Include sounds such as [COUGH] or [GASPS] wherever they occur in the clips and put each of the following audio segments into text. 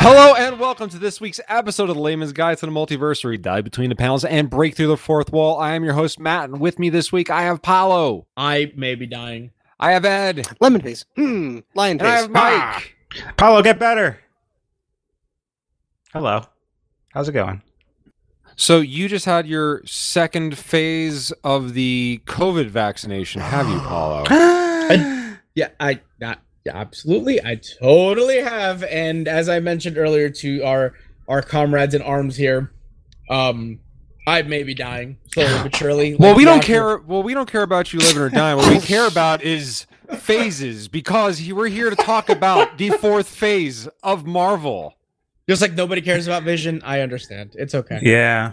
Hello and welcome to this week's episode of the Layman's Guide to the Multiversary. Dive between the panels and break through the fourth wall. I am your host, Matt, and with me this week I have Paolo. I may be dying. I have Ed. Lemon face. Hmm. Lion And I face. have Mike. Paulo, Ah. get better. Hello. How's it going? So you just had your second phase of the COVID vaccination, have [GASPS] you, Paolo? Ah. Yeah, I not yeah, absolutely. I totally have. And as I mentioned earlier to our our comrades in arms here, um, I may be dying slowly but surely. [LAUGHS] Well, Like we don't care. Joshua- Well, we don't care about you living or dying. What we care about is phases because he- we're here to talk about the fourth phase of Marvel. Just like nobody cares about Vision, I understand. It's okay. Yeah. You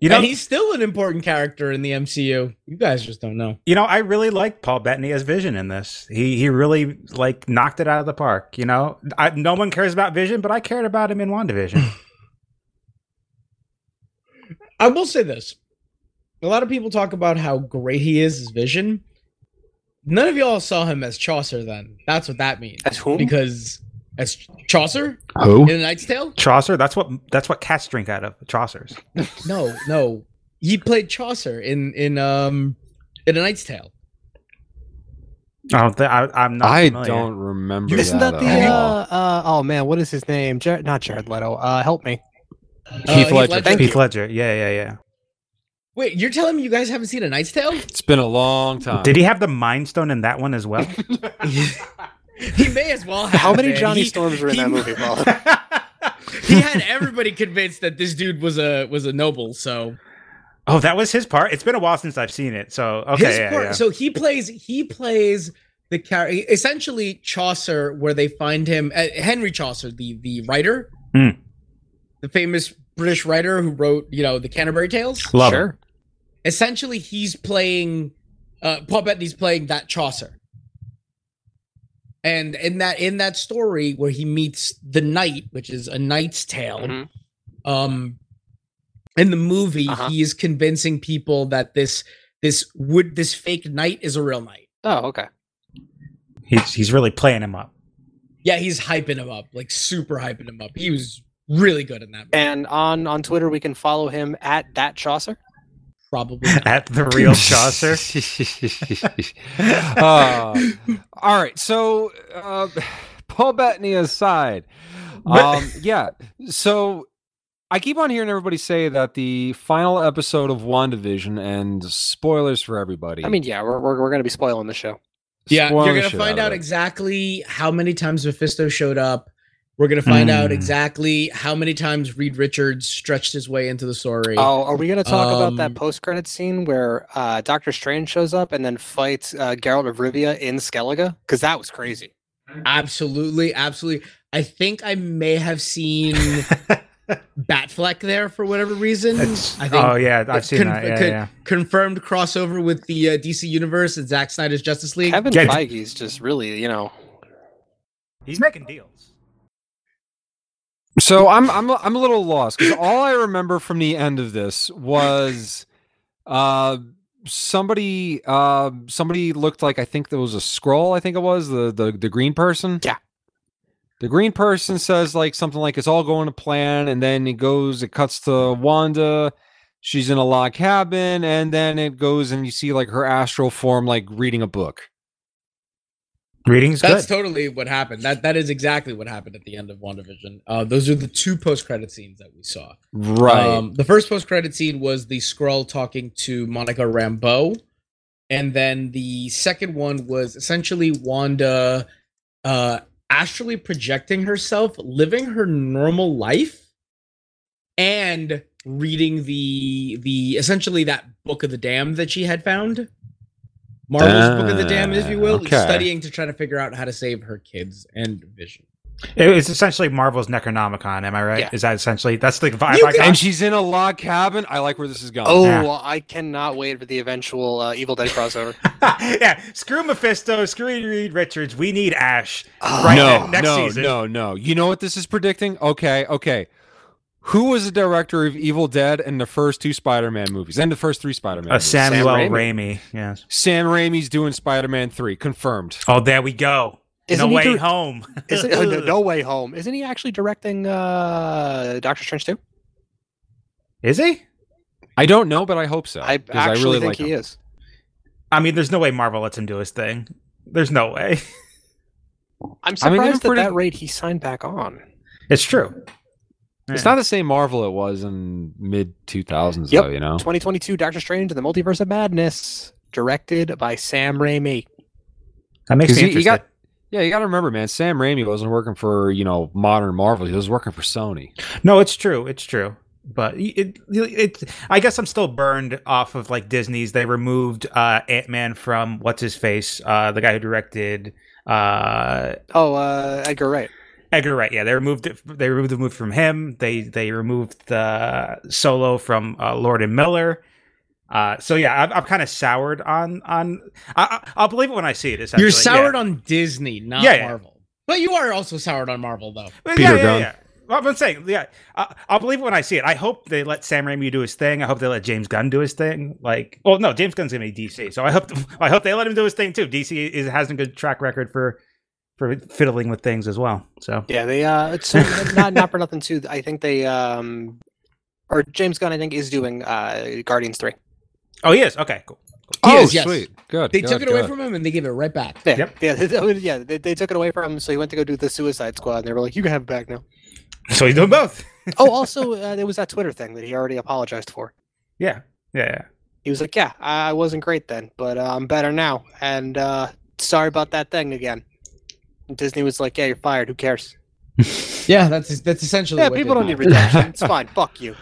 You know, and he's still an important character in the MCU. You guys just don't know. you know, I really like Paul Bettany as Vision in this. He he really like knocked it out of the park. You know, I, no one cares about Vision, but I cared about him in [LAUGHS] WandaVision. I will say this. A lot of people talk about how great he is as Vision. None of y'all saw him as Chaucer then. That's what that means. As whom? Because as Chaucer Who? in The Knight's Tale? Chaucer. That's what that's what cats drink out of Chaucers. No, no. He played Chaucer in in um in A Knight's Tale. I don't think I, I'm not. I familiar. don't remember. [GASPS] Isn't that the at all. uh, uh oh man, what is his name? Jared, not Jared Leto. Uh help [LAUGHS] me. Uh, Heath Ledger. Heath Thank you. Ledger. Yeah, yeah, yeah. Wait, you're telling me you guys haven't seen A Knight's Tale? [LAUGHS] It's been a long time. Did he have the Mind Stone in that one as well? he may as well have. How many man. Johnny He- Storms were in he- that movie, Paul? [LAUGHS] He had everybody convinced that this dude was a was a noble. So [LAUGHS] oh, that was his part. It's been a while since I've seen it, so okay. his yeah, part, yeah. so he plays he plays the character essentially Chaucer, where they find him uh, Henry Chaucer, the the writer, Hmm. the famous British writer who wrote you know the Canterbury Tales. Love Sure. him. Essentially, he's playing uh, Paul Bettany's playing that Chaucer, and in that in that story where he meets the knight, which is a knight's tale, Mhm. um in the movie Uh-huh. he is convincing people that this this would this fake knight is a real knight Oh, okay. He's he's really playing him up. yeah he's hyping him up like super hyping him up he was really good in that movie. And on on Twitter we can follow him at that Chaucer. [LAUGHS] probably not. at the [LAUGHS] real Chaucer. Uh, all right. So, uh, Paul Bettany aside, um, yeah. So, I keep on hearing everybody say that the final episode of WandaVision, and spoilers for everybody. I mean, yeah, we're we're, we're gonna be spoiling the show. yeah spoil you're the gonna shit find of out it. exactly how many times mephisto showed up we're gonna find out Hmm. Mm. exactly how many times reed richards stretched his way into the story Oh, are we gonna talk about Um, that post credit scene where uh Doctor Strange shows up and then fights uh Geralt of Rivia in Skellige? Because that was crazy. absolutely absolutely i think i may have seen [LAUGHS] batfleck there for whatever reason It's- i think oh yeah, I've seen con- that. Yeah, con- yeah. confirmed crossover with the uh, DC Universe and Zack Snyder's Justice League. Kevin Get- Feige's just really, you know, He's making deals. So I'm I'm I'm a little lost because all I remember from the end of this was uh somebody uh somebody looked like I think there was a scroll, I think it was the the, the green person. Yeah. The green person says like something like it's all going to plan, and then it goes, it cuts to Wanda. She's in a log cabin, and then it goes and you see like her astral form like reading a book. Reading's That's good. totally what happened. That that is exactly what happened at the end of WandaVision. Uh, those are the two post credit scenes that we saw. Right. Um, the first post credit scene was the Skrull talking to Monica Rambeau, and then the second one was essentially Wanda uh, astrally projecting herself, living her normal life, and reading the the essentially that book of the dam that she had found. Marvel's Book of the Dam, if you will, Ah, okay. studying to try to figure out how to save her kids and Vision. It- it's essentially Marvel's Necronomicon. Am I right? Yeah. Is that essentially that's the vibe You I can- got? and she's in a log cabin. I like where this is going. Oh, yeah. well, I cannot wait for the eventual uh, Evil Dead crossover. [LAUGHS] yeah, screw Mephisto, screw Reed Richards. We need Ash. uh, Oh, Right no, now, next no, season. no, no. You know what this is predicting? Okay, okay. Who was the director of Evil Dead and the first two Spider-Man movies and the first three Spider-Man? Uh, movies? Samuel Sam Raimi. Yes. Sam Raimi's doing Spider-Man three, confirmed. Oh, there we go. no Isn't way he dir- home. [LAUGHS] [LAUGHS] isn't- oh, no, no way home. Isn't he actually directing uh, Doctor Strange too? Is he? I don't know, but I hope so. I 'cause actually really think like he him. is. I mean, there's no way Marvel lets him do his thing. There's no way. I'm I mean, surprised they're at pretty- that rate he signed back on. It's true. It's Yeah. not the same Marvel it was in mid 2000s, Yep. though, you know? 2022 Doctor Strange and the Multiverse of Madness, directed by Sam Raimi. that makes 'Cause me he- he interested. got- Yeah, you got to remember, man, Sam Raimi wasn't working for, you know, modern Marvel. He was working for Sony. No, it's true. It's true. But it, it, it, I guess I'm still burned off of like Disney's. They removed uh, Ant Man from what's his face, uh, the guy who directed uh, Oh, uh, Edgar Wright. Edgar Wright. Yeah, they removed it. They removed the move from him. They they removed the solo from uh, Lord and Miller. Uh, so yeah, I've, I've kind of soured on on. I, I- I'll believe it when I see it. Essentially, You're soured on Disney, not Yeah, yeah. Marvel. But you are also soured on Marvel, though. Yeah. Peter yeah, yeah, Gunn. yeah. Well, I'm saying, yeah, I, I'll believe it when I see it. I hope they let Sam Raimi do his thing. I hope they let James Gunn do his thing. Like, well, no, James Gunn's gonna be DC, so I hope [LAUGHS] I hope they let him do his thing too. DC is, has a good track record for for fiddling with things as well. So Yeah, they uh, [LAUGHS] it's so not not for nothing too. I think they um, or James Gunn I think is doing uh Guardians three. oh, he is okay, cool. oh, Yes, yes. sweet. Good. They good, took it away good. from him and they gave it right back. Yeah, Yep. yeah, [LAUGHS] they, yeah. They, they took it away from him, so he went to go do the Suicide Squad, and they were like, "You can have it back now." So he's doing both. oh, also uh, there was that Twitter thing that he already apologized for. Yeah, yeah, yeah. He was like, "Yeah, I wasn't great then, but uh, I'm better now, and uh, sorry about that thing again." And Disney was like, "Yeah, you're fired. Who cares? Yeah, that's that's essentially. Yeah, what people they don't did. need redemption. It's fine. Fuck you."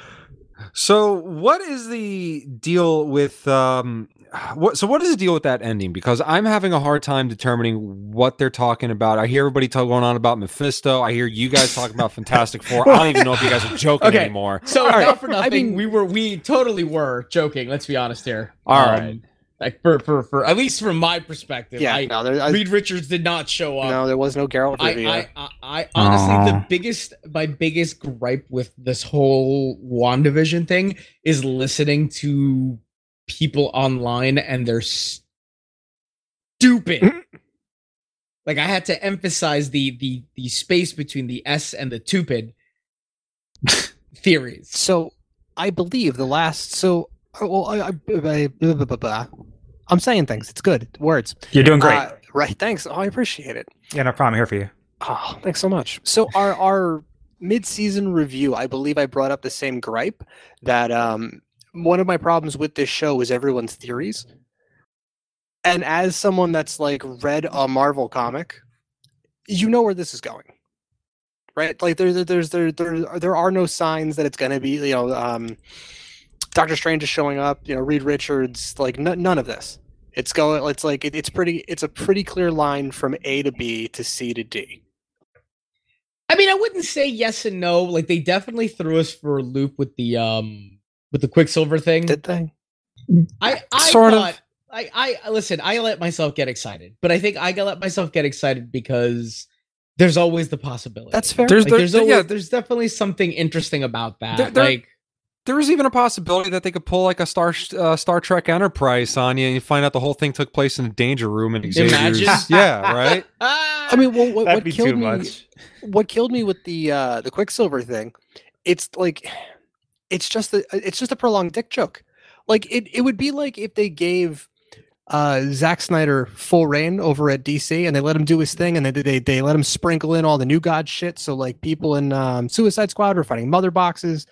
So, what is the deal with um what so what is the deal with that ending because I'm having a hard time determining what they're talking about. I hear everybody talk going on about Mephisto. I hear you guys talking about Fantastic 4. I don't even know if you guys are joking Okay. anymore. [LAUGHS] So All right. not for nothing, I mean- we were we totally were joking. Let's be honest here. All All right, right. like for for for at least from my perspective, Yeah, I, no, there, I, Reed Richards did not show up. no, there was no Geralt I, Rivia. I, I, I honestly, the Aw. biggest, my biggest gripe with this whole WandaVision thing is listening to people online and they're stupid. like I had to emphasize the the the space between the S and the tupid theories. So I believe the last. So uh, well, I, I, I- blah, blah, blah, blah. I'm saying things. It's good words. You're doing great. Uh, right. Thanks. Oh, I appreciate it. yeah, no problem. I'm here for you. Oh, thanks so much. So our our mid-season review, I believe I brought up the same gripe that um one of my problems with this show is everyone's theories. And as someone that's like read a Marvel comic, you know where this is going. Right? Like there there- there's there there are- there are no signs that it's going to be, you know, um Doctor Strange is showing up, you know, Reed Richards, like n- none of this. It's going it's like it, it's pretty it's a pretty clear line from A to B to C to D. I mean, I wouldn't say yes and no. Like they definitely threw us for a loop with the um with the Quicksilver thing. Did they? I, I Sort of. thought, I, I- I listen. I let myself get excited, but I think I let myself get excited because there's always the possibility. That's fair. There's Like, the- there's the- always, yeah. there's definitely something interesting about that. There- there- like There was even a possibility that they could pull like a Star uh, Star Trek Enterprise on you and you find out the whole thing took place in a danger room and Xavier's. Imagine. [LAUGHS] Yeah, right? ah! I mean, well, what, That'd what be killed too [LAUGHS] me? much. What killed me with the uh, the Quicksilver thing? It's like, it's just the it's just a prolonged dick joke. Like it it would be like if they gave uh, Zack Snyder full reign over at DC and they let him do his thing and they they they let him sprinkle in all the new God shit. So like people in um, Suicide Squad were fighting mother boxes.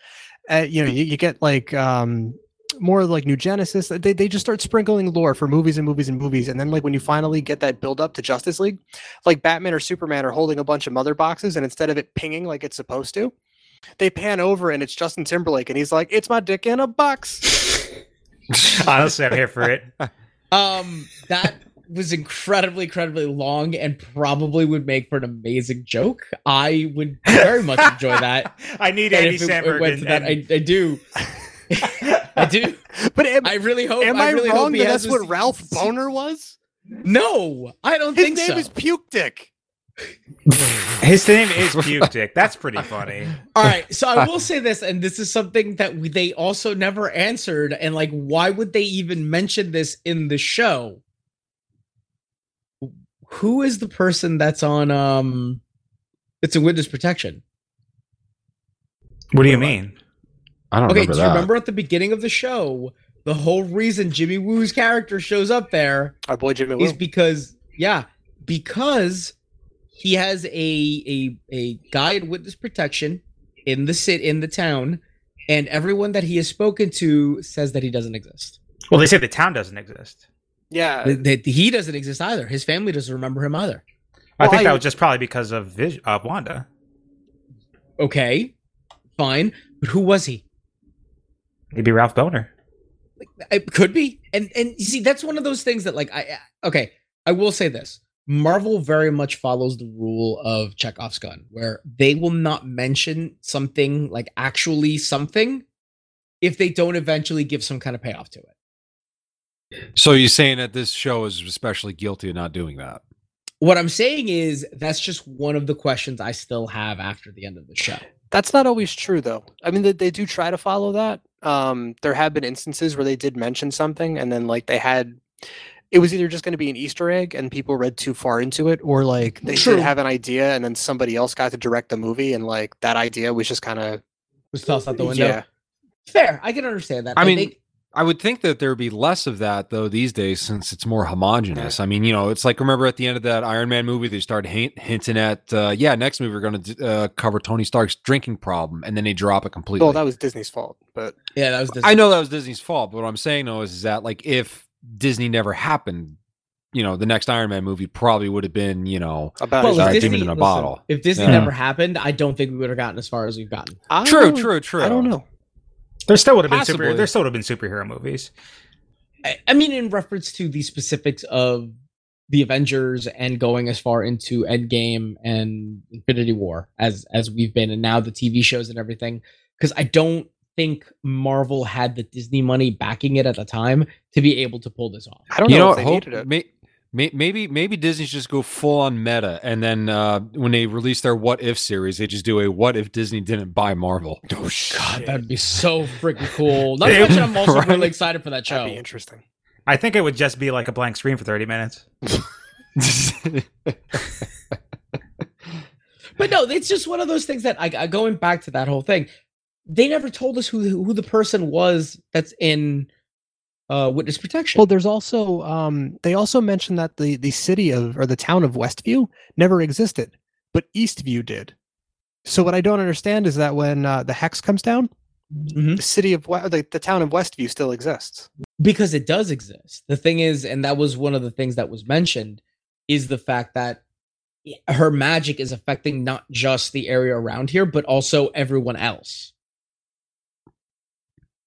Uh, you know, you, you get like um, more like new Genesis. They they just start sprinkling lore for movies and movies and movies, and then like when you finally get that build up to Justice League like Batman or Superman are holding a bunch of mother boxes, and instead of it pinging like it's supposed to, they pan over and it's Justin Timberlake, and he's like, "It's my dick in a box." [LAUGHS] Honestly, I'm here for it. um, that was incredibly, incredibly long, and probably would make for an amazing joke. [LAUGHS] I would very much enjoy [LAUGHS] that. I need And Andy if it- it Samberg. went to that, and- I, I do. I [LAUGHS] do. But am, I really hope. am I, I, really hope wrong he that has that's this- [LAUGHS] what Ralph Boner was? No, I don't His think name so. is Puke Dick. [LAUGHS] His name is Puke Dick. That's pretty funny. [LAUGHS] All right, so I will say this, and this is something that we, they also never answered, and like, why would they even mention this in the show? who is the person that's on um it's a witness protection? What do you mean? I don't Okay, remember do that. you remember at the beginning of the show, the whole reason Jimmy Woo's character shows up there Our boy Jimmy is Woo. because yeah, because he has a a a guy in witness protection in the sit in the town, and everyone that he has spoken to says that he doesn't exist. Well, they say the town doesn't exist. yeah. That- that he doesn't exist either. His family doesn't remember him either. I Well, think I- that was just probably because of Vis- uh, Wanda. Okay, fine, but who was he? Maybe Ralph Boner. It could be. And and you see, that's one of those things that like I I- okay, I will say this. Marvel very much follows the rule of Chekhov's gun, where they will not mention something like actually something if they don't eventually give some kind of payoff to it. So you're saying that this show is especially guilty of not doing that? What I'm saying is that's just one of the questions I still have after the end of the show. That's not always true, though. I mean, they, they do try to follow that. Um, there have been instances where they did mention something, and then like they had, it was either just going to be an Easter egg, and people read too far into it, or like they True. did have an idea, and then somebody else got to direct the movie, and like that idea was just kind of Was tossed out the window. yeah. Fair. I can understand that. I Like, mean, they- I would think that there would be less of that though these days since it's more homogenous. I mean, you know, it's like remember at the end of that Iron Man movie, they started hint- hinting at, uh, yeah, next movie we're going to uh, cover Tony Stark's drinking problem, and then they drop it completely. Well, that was Disney's fault, but yeah, that was this. I know that was Disney's fault, but what I'm saying though is, is that like if Disney never happened, you know, the next Iron Man movie probably would have been, you know, about Well, Uh, Demon if Disney, in a listen, Bottle. if Disney Yeah. never happened, I don't think we would have gotten as far as we've gotten. I true, don't- true, true. I don't know. There still would have been Possibly. super, there still would have been superhero movies. I, I mean, in reference to the specifics of the Avengers and going as far into Endgame and Infinity War as as we've been, and now the TV shows and everything, because I don't think Marvel had the Disney money backing it at the time to be able to pull this off. I don't you know, know, if they what, needed it. hope, may, may, maybe maybe Disney's just go full on meta, and then uh, when they release their What If series, they just do a What If Disney didn't buy Marvel. [LAUGHS] Oh God, shit. that'd be so freaking [LAUGHS] cool. Not to Yeah, mention, I'm also right? really excited for that That'd be show. interesting. I think it would just be like a blank screen for 30 minutes. But no, it's just one of those things that I, I going back to that whole thing. They never told us who who the person was that's in uh, witness protection. Well, there's also um, they also mentioned that the the city of or the town of Westview never existed, but Eastview did. So what I don't understand is that when uh, the hex comes down, Mhm. the city of we- the, the town of Westview still exists. because it does exist. The thing is, and that was one of the things that was mentioned, is the fact that eh, her magic is affecting not just the area around here, but also everyone else.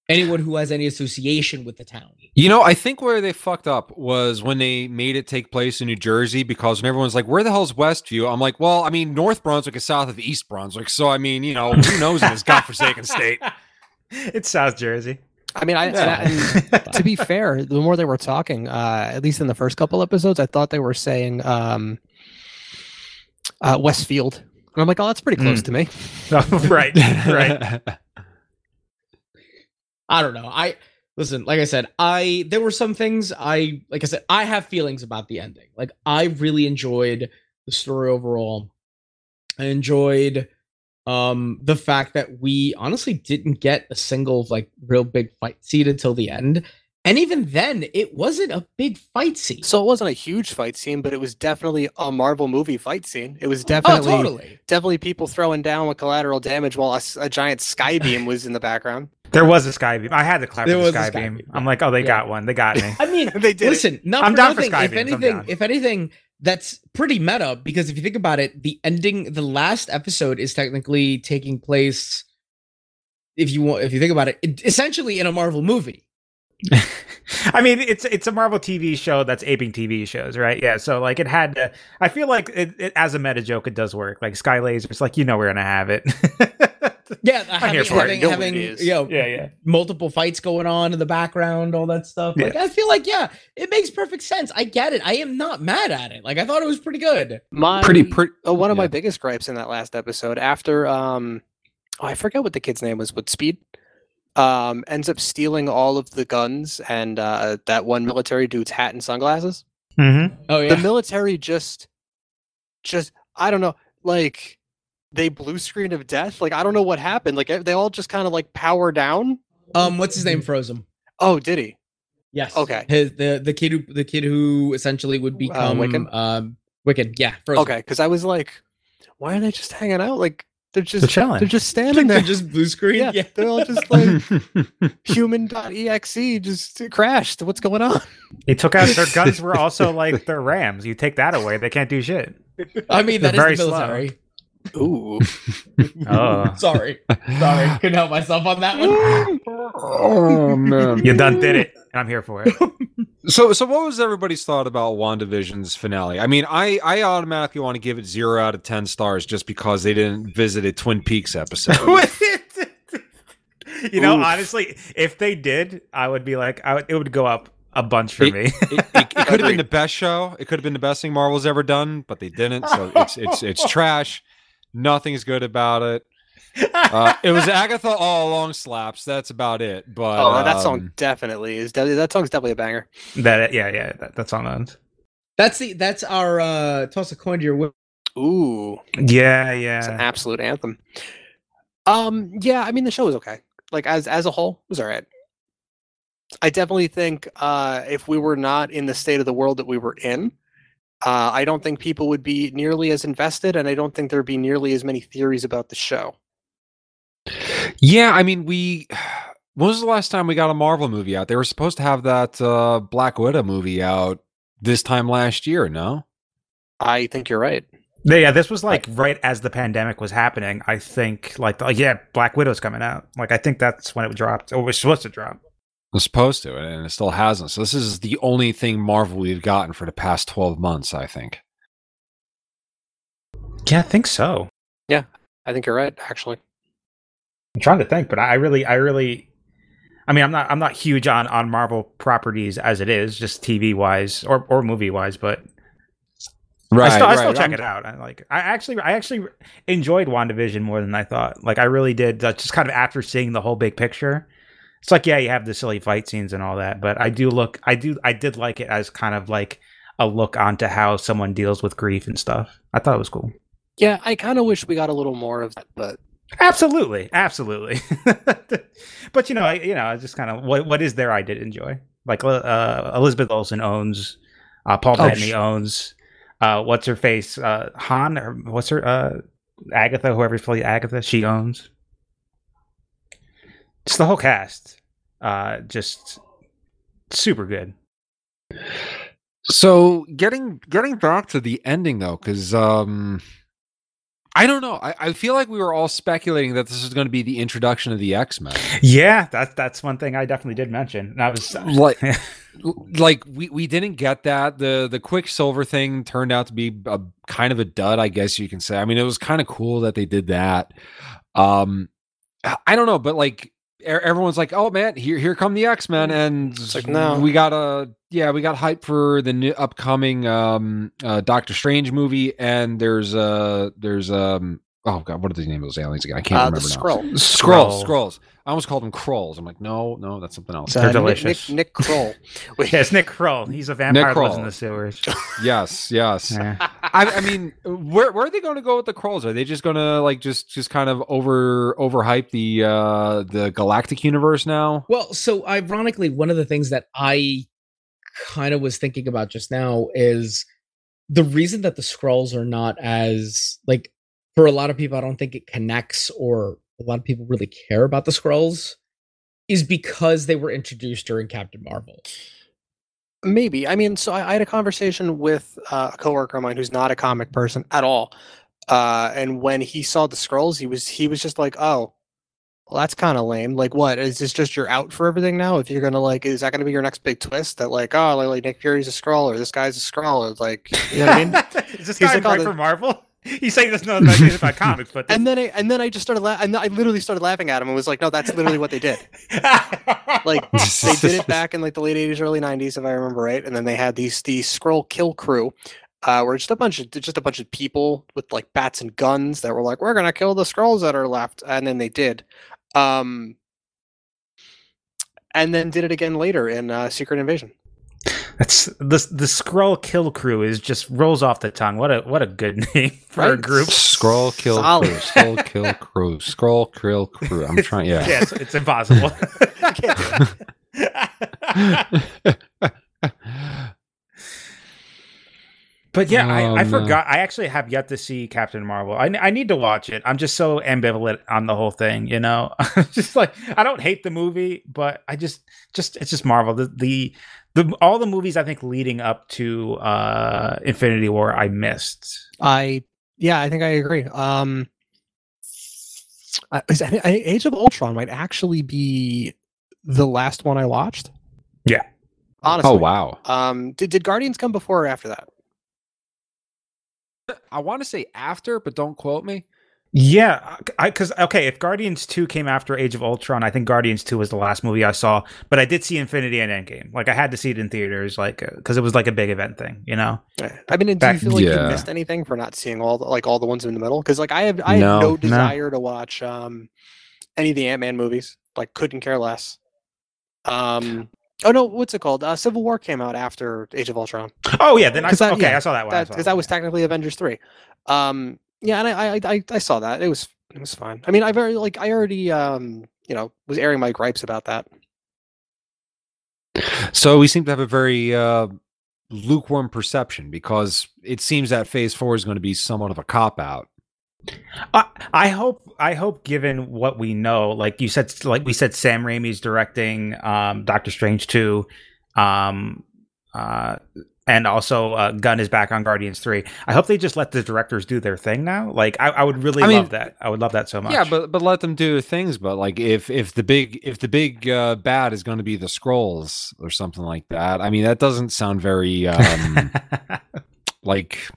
Anyone who has any association with the town. You know, I think where they fucked up was when they made it take place in New Jersey because when everyone's like, where the hell's Westview? I'm like, well, I mean, North Brunswick is south of East Brunswick. So, I mean, you know, who knows in [LAUGHS] this godforsaken [LAUGHS] state? [LAUGHS] It's [LAUGHS] South Jersey. [LAUGHS] I mean, I, Yeah. and I- and to be fair, the more they were talking, uh, at least in the first couple episodes, I thought they were saying um, uh, Westfield, and I'm like, oh, that's pretty close Mm. to me. right, right. I don't know. I listen, like I said, I there were some things I like I said, I have feelings about the ending. Like I really enjoyed the story overall. I enjoyed um the fact that we honestly didn't get a single like real big fight scene until the end. And even then, it wasn't a big fight scene. So it wasn't a huge fight scene, but it was definitely a Marvel movie fight scene. It was oh, definitely totally. definitely people throwing down with collateral damage while a, s- a giant sky beam was in the background. [LAUGHS] There was a sky beam. I had to clap There for the was a sky, sky beam. beam, I'm yeah. like, oh, they Yeah. got one. They [LAUGHS] got me. I mean, they did. it. Listen, not I'm for down for nothing. Sky if Beams, I'm anything, down. if anything, that's pretty meta because if you think about it, the ending, the last episode is technically taking place. If you want, if you think about it, it- essentially in a Marvel movie. I mean, it's it's a Marvel TV show that's aping TV shows, right? Yeah. So like, it had to. I feel like it, it as a meta joke, it does work. Like sky lasers, like you know we're gonna have it. Yeah, I'm having, here for it. [LAUGHS] having, No one having is. you know, yeah, yeah. multiple fights going on in the background, all that stuff. Like, I feel like, yeah, it makes perfect sense. I get it. I am not mad at it. Like, I thought it was pretty good. My pretty, [LAUGHS] pretty. uh, one of my yeah. biggest gripes in that last episode after um oh, I forget what the kid's name was, but Speed um ends up stealing all of the guns and uh that one military dude's hat and sunglasses. Mm-hmm. Oh The yeah. military just, just I don't know, like they blue screen of death. Like I don't know what happened. Like e, they all just kind of like power down. Um, what's his name? Froze him. Oh, did he? Yes. Okay. His the the kid who the kid who essentially would become Wiccan? um Wicked. Yeah. Frozen. Okay, because I was like, why are they just hanging out? Like they're So just they're challenge. just Like standing they're there. just blue screen. yeah, Yeah. they're all [LAUGHS] just like human.exe just crashed. What's going [LAUGHS] on? They took out [LAUGHS] their guns. Were also like their rams. You take that away, they can't do shit. I mean that is Very the slow. military. Ooh. Oh. [LAUGHS] Sorry. [LAUGHS] Sorry. [LAUGHS] Couldn't help myself on that one. oh man. You done did it. and I'm here for [LAUGHS] it. So so what was everybody's thought about WandaVision's finale? I mean, I I automatically want to give it 0 out of 10 stars just because they didn't visit a Twin Peaks [LAUGHS] episode. you know, Oof. honestly, if they did, I would be like, I would, it would go up a bunch for It- me. [LAUGHS] it, it, it could have been the best show. It could have been the best thing Marvel's ever done, but they didn't. So it's it's [LAUGHS] it's trash. Nothing's good about it. Uh, it was Agatha all along slaps. That's about it. But Oh, that song um, definitely is. de- That song's definitely a banger. that yeah yeah that, that's on end. [LAUGHS] That's the that's our uh toss a coin to your win. Ooh, Yeah it's an yeah. absolute anthem. Um, yeah, I mean the show was okay. Like as as a whole, it was all right. I definitely think uh, if we were not in the state of the world that we were in, uh, I don't think people would be nearly as invested, and I don't think there'd be nearly as many theories about the show. um, yeah, I mean, we. [SIGHS] When was the last time we got a Marvel movie out? They were supposed to have that uh, Black Widow movie out this time last year. No. I think you're right. Yeah, this was like right as the pandemic was happening. I think like oh yeah, Black Widow's coming out. Like I think that's when it dropped or was supposed to drop. was supposed to, and it still hasn't. So this is the only thing Marvel we've gotten for the past twelve months, I think. Yeah, I think so. I think you're right, actually. I'm trying to think, but I really, I really, I mean, I'm not, I'm not huge on on Marvel properties as it is, just TV wise or or movie wise, but I still, I still check it out. I like, I actually, I actually enjoyed Wandavision more than I thought. Like, I really did. That's just kind of after seeing the whole big picture. It's like, yeah, you have the silly fight scenes and all that, but I do look, I do, I did like it as kind of like a look onto how someone deals with grief and stuff. I thought it was cool. Yeah, I kind of wish we got a little more of that, but Absolutely, absolutely. [LAUGHS] but you know, I, you know, I just kind of what what is there I did enjoy. Like uh, Elizabeth Olsen owns, uh, Paul Oh, Bettany sh- owns, uh, what's her face, uh, Han or what's her uh, Agatha, whoever's played Agatha, she owns. It's the whole cast, uh, just super good. So getting getting back to the ending though, because um, I don't know. I, I feel like we were all speculating that this is going to be the introduction of the X Men. Yeah, that's that's one thing I definitely did mention. And I was Like, l- like we, we didn't get that. the The Quicksilver thing turned out to be a kind of a dud, I guess you can say. I mean, it was kind of cool that they did that. Um, I- I don't know, but like e- everyone's like, "Oh man, here here come the X Men," and Mm. like, no. we got a yeah, we got hype for the new upcoming um uh, Doctor Strange movie, and there's uh there's um oh god, what are the name of those aliens again? I can't uh, the remember now. scroll. Scrolls, Skrull. scrolls. I almost called them Krolls. I'm like, no, no, that's something else. Uh, They're Nick- delicious. Nick, Nick Kroll. [LAUGHS] Wait, yes, Nick Kroll. He's a vampire that lives in Kroll. the sewers. yes, yes. Yeah. I, I mean, where where are they going to go with the Krolls? Are they just going to like just just kind of over overhype the uh the galactic universe now? Well, so ironically, one of the things that I kind of was thinking about just now is the reason that the scrolls are not as like for a lot of people, I don't think it connects or a lot of people really care about the scrolls is because they were introduced during Captain Marvel. [LAUGHS] maybe. I mean, so I, I had a conversation with uh, a coworker of mine who's not a comic person at all, uh, and when he saw the scrolls, he was he was just like, "Oh, well, that's kind of lame. Like, what is this? Just you're out for everything now? If you're gonna like, is that gonna be your next big twist? That like, oh, like, like Nick Fury's a scroll or this guy's a scroll or like, you know what I mean?" [LAUGHS] Is this He's guy like, like, "Oh, right the- for Marvel? [LAUGHS] He's saying this knows nothing about comics, but And then I and then I just started laughing. I literally started laughing at him and was like, "No, that's literally what they did." [LAUGHS] Like, they did it back in like the late 80s early 90s if i remember right and then they had these the scroll kill crew uh where just a bunch of just a bunch of people with like bats and guns that were like we're gonna kill the scrolls that are left and then they did um and then did it again later in uh, secret invasion That's the the Skrull Kill Crew is just rolls off the tongue. What a what a good [LAUGHS] name for a Right? group. Scroll kill Solid. crew. Scroll [LAUGHS] kill crew. Scroll kill crew. I'm trying. Yeah, Yeah. it's, it's [LAUGHS] impossible. I can't do it. [LAUGHS] But yeah, Oh, I, I no. forgot. I actually have yet to see Captain Marvel. I, I need to watch it. I'm just so ambivalent on the whole thing. You know, [LAUGHS] just like I don't hate the movie, but I just just it's just Marvel. The the, the all the movies I think leading up to uh Infinity War I missed. I yeah, I think I agree. Um, I, is- I, think- I- Age of Ultron might actually be the last one I watched. Yeah. Honestly. oh wow. Um, did, did Guardians come before or after that? I want to say after, but don't quote me. Yeah, I because okay, if Guardians Two came after Age of Ultron, I think Guardians Two was the last movie I saw. But I did see Infinity and Endgame. Like I had to see it in theaters, like because it was like a big event thing. You know. Yeah. I mean, and do you Back- feel like Yeah. you missed anything for not seeing all the, like all the ones in the middle? Because like I have I have No, no, no. desire to watch um any of the Ant Man movies. Like couldn't care less. Um. Oh no, what's it called? Uh, Civil War came out after Age of Ultron. Oh yeah, then I 'Cause I- okay, yeah, I saw that one. I that saw because one, that was yeah. technically Avengers three. Um, yeah, and I, I I I saw that. It was it was fine. I mean, I've already like I already um you know was airing my gripes about that. So we seem to have a very uh, lukewarm perception because it seems that Phase Four is going to be somewhat of a cop out. I, I hope I hope given what we know, like you said, like we said, Sam Raimi's directing um, Doctor Strange two, um, uh, and also uh, Gunn is back on Guardians three. I hope they just let the directors do their thing now. Like I, I would really I mean- love that. I would love that so much. Yeah, but but let them do their things. But like if if the big if the big uh, bad is going to be the scrolls or something like that, I mean that doesn't sound very [LAUGHS] um, like.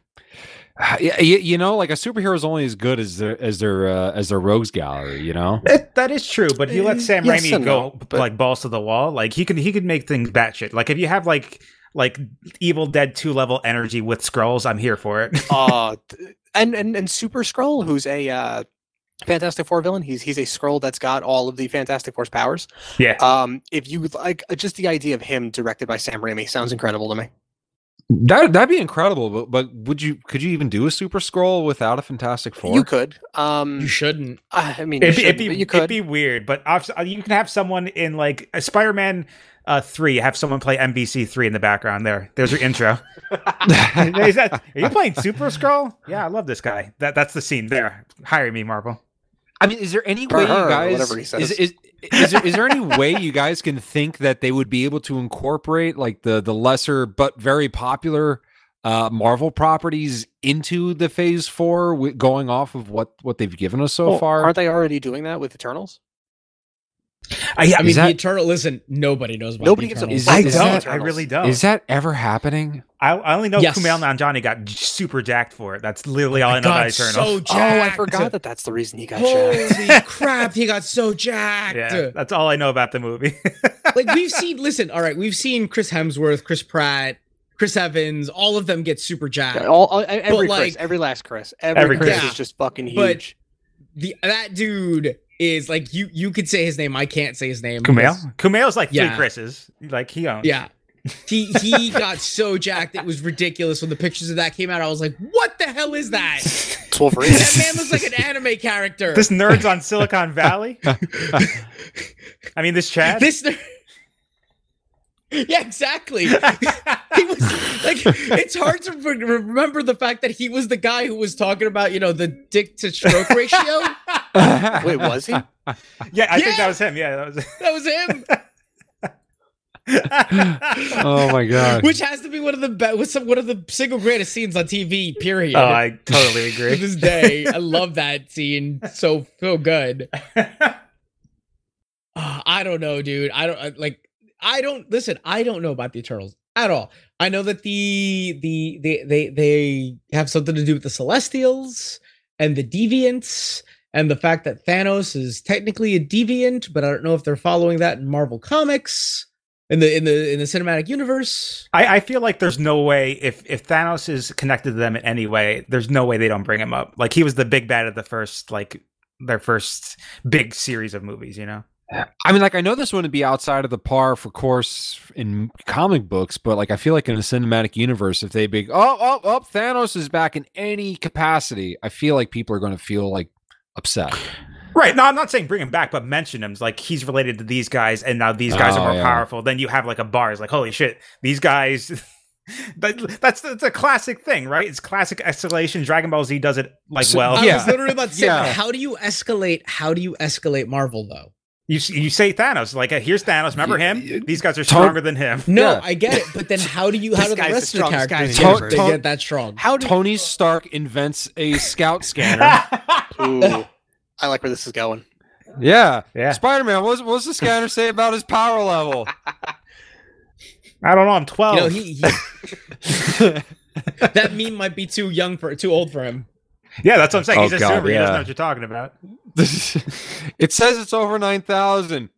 [SIGHS] y- y- You know, like a superhero is only as good as their as their uh, as their rogues gallery. You know, [LAUGHS] It- that is true, but if you let Eh, Sam yes Raimi and go no, but- like balls to the wall, like he can he could make things batshit. Like if you have like like Evil Dead two level energy with scrolls, I'm here for it. [LAUGHS] Uh, th- and and and Super Skrull, who's a uh, Fantastic Four villain, he's he's a Skrull that's got all of the Fantastic Four's powers. yeah, Um, if you would like, uh, just the idea of him directed by Sam Raimi sounds incredible to me. that that'd be incredible. But but would you could you even do a super scroll without a Fantastic Four? [LAUGHS] You could. Um, Hmm. You shouldn't. I I mean, you It'd be, it'd shouldn't, be, but you it'd could. be weird, but obs- uh, you can have someone in like uh, Spider-Man uh, three. Have someone play MBC three in the background. There, there's your intro. [LAUGHS] Is that- are you playing Super Scroll? Yeah, I love this guy. That that's the scene. There, hire me, Marvel. I mean, is there any Or way you her, or guys whatever he is, says. is, is, there, is there any way you guys can think that they would be able to incorporate like the the lesser but very popular uh Marvel properties into the Phase Four, wi- going off of what what they've given us so Well, far? aren't they already doing that with Eternals? I, I mean, that- the Eternal. Listen, nobody knows about Nobody the gives a Eternal. Is I is don't. that- I really don't. Is that ever happening? I, I only know Yes. Kumail Nanjiani got j- super jacked for it. That's literally all I know God, about Eternal. so Oh, I jacked. forgot that that's the reason he got shot. [LAUGHS] Holy crap! He got so jacked. yeah, that's all I know about the movie. [LAUGHS] like we've seen listen all right we've seen chris hemsworth chris pratt chris evans all of them get super jacked Yeah, all, all- e- every Chris, like- every last Chris, every, Every Chris Chris. is just fucking But- huge. the that dude is like you you could say his name i can't say his name because- Kumail. Kumail's like Yeah. three Chris's. Like he owns. yeah he he got so jacked it was ridiculous when the pictures of that came out i was like what the hell is that it's Wolverine. that man looks like an anime character This nerd's on Silicon Valley. [LAUGHS] I mean, this Chad. this [LAUGHS] yeah exactly he was like it's hard to re- remember the fact that he was the guy who was talking about you know the dick to stroke ratio [LAUGHS] Wait, was he? Yeah, I think that Yeah. was him. Yeah, that was. that was him [LAUGHS] [LAUGHS] oh my god! which has to be one of the best with some one of the single greatest scenes on TV period oh, I totally to agree. this day I love that scene so so good [LAUGHS] Ah, I don't know dude I don't I- like I don't listen I don't know about the Eternals at all I know that the the they they they have something to do with the Celestials and the Deviants and the fact that Thanos is technically a deviant but I don't know if they're following that in Marvel Comics in the in the in the cinematic universe [LAUGHS] I, I feel like there's no way if if Thanos is connected to them in any way, there's no way they don't bring him up. Like he was the big bad of the first like their first big series of movies. You know. I mean, like I know this wouldn't be outside of the par for course in comic books, but like I feel like in a cinematic universe, if they big oh oh oh Thanos is back in any capacity, I feel like people are going to feel like upset. Right. No, I'm not saying bring him back, but mention him. Like he's related to these guys, and now these guys Oh, are more yeah. powerful. Then you have like a bar. It's like, holy shit, these guys. [LAUGHS] that, that's that's a classic thing, right? It's classic escalation. Dragon Ball Z does it like So- well. I Oh, Yeah. was literally about to say, Yeah. how do you escalate? How do you escalate Marvel though? You s- you say Thanos, like uh, here's Thanos. Remember Y- him? y- These guys are Tol- stronger than [LAUGHS] him. No, Yeah. I get it, [LAUGHS] but then how do you? How This do the guy's the rest of the strongest guy in the characters get, they universe. get that strong? How did Tony Stark invents a [LAUGHS] scout scanner. [LAUGHS] Ooh, I like where this is going. yeah. yeah, Spider Man, what's, what's the scanner say about his power level? [LAUGHS] I don't know. I'm You 12. know, he, [LAUGHS] he that meme might be too young for too old for him. yeah, that's what I'm saying. Oh, He's a God, super. He doesn't yeah. know what you're talking about. it says it's over 9,000.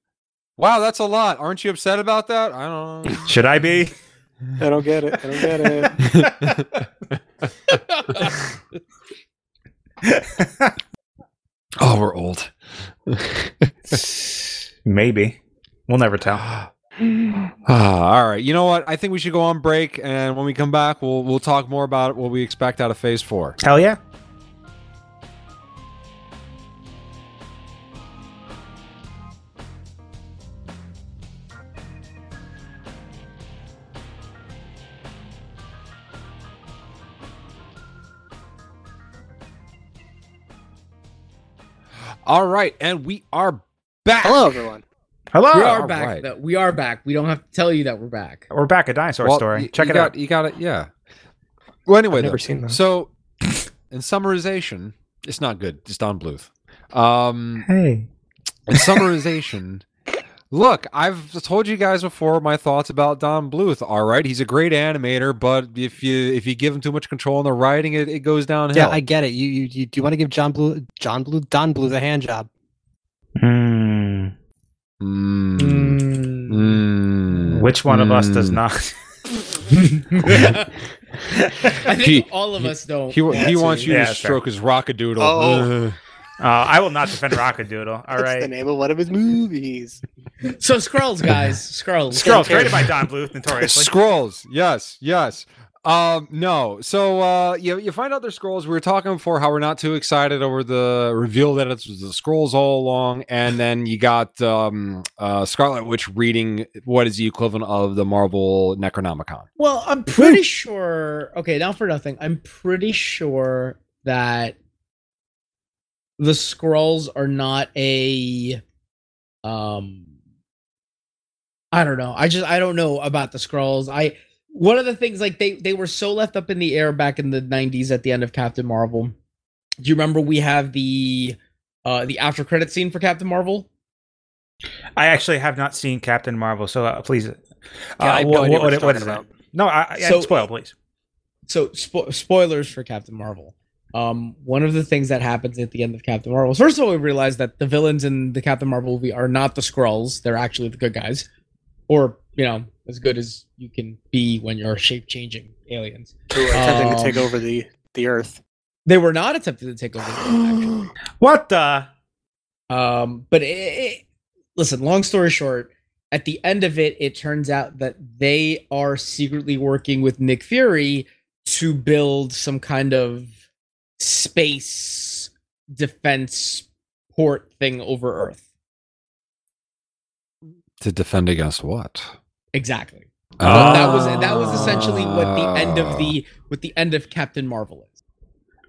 Wow, that's a lot. Aren't you upset about that? I don't know. Should I be? I don't get it. I don't get it. [LAUGHS] Oh, we're old. Maybe. We'll [GASPS] never tell. Ah, [SIGHS] all right. You know what? I think we should go on break, and when we come back, we'll we'll talk more about what we expect out of Phase Four. Hell yeah. All right, and we are back. Hello, everyone. Hello. we We are all back. right. though. We are back. We don't have to tell you that we're back. are back at Dinosaur Well, Story. y- Check you it got- out. You got it. Yeah. Well, anyway, I've though, never seen that. so in summarization, it's not good. It's Don Bluth. Um, Hey. [LAUGHS] in summarization, look, I've told you guys before my thoughts about Don Bluth. All right, he's a great animator, but if you if you give him too much control in the writing, it, it goes downhill. [LAUGHS] Yeah, I get it. You you, you do you want to give John Blue John Blue Don Blue the hand job? Hmm. Mm. [LAUGHS] Mm. Which one of us does Mm. not? [LAUGHS] I think He- all of us don't. He, wa- he want wants to. you Yeah, to that's fair. stroke his rockadoodle. Oh. Ugh. Uh, I will not [LAUGHS] defend Rockadoodle. All That's the right. name of one of his movies. So [LAUGHS] Skrulls, guys, Skrulls. Scrolls created by Don [LAUGHS] Bluth, notoriously. Scrolls. Yes, yes. Um, no. So uh you, you find out they're scrolls. We were talking before how we're not too excited over the reveal that it's the scrolls all along, and then you got um uh Scarlet Witch reading what is the equivalent of the Marvel Necronomicon. Well, I'm pretty sure. Okay, now for nothing. I'm pretty sure that the scrolls are not a um I don't know. I just I don't know about the scrolls. I one of the things like they they were so left up in the air back in the 90s at the end of Captain Marvel. Do you remember we have the uh the after credit scene for Captain Marvel? I actually have not seen Captain Marvel, so uh, please. Uh, Yeah, I have no wha- idea what what- you're what talking is about. it? No, I, I, So- spoil, please. so spo- spoilers for Captain Marvel. Um, one of the things that happens at the end of Captain Marvel. First of all, we realize that the villains in the Captain Marvel movie are not the Skrulls; they're actually the good guys, or you know, as good as you can be when you're shape changing aliens. Who are attempting to Um, take over the the Earth? They were not attempting to take over. the Earth, actually. What the? Um, but it, it- listen, long story short, at the end of it, it turns out that they are secretly working with Nick Fury to build some kind of space defense port thing over Earth. To defend against what? Exactly. Uh, That- That was that was essentially what the end of Ah. the what the end of Captain Marvel is.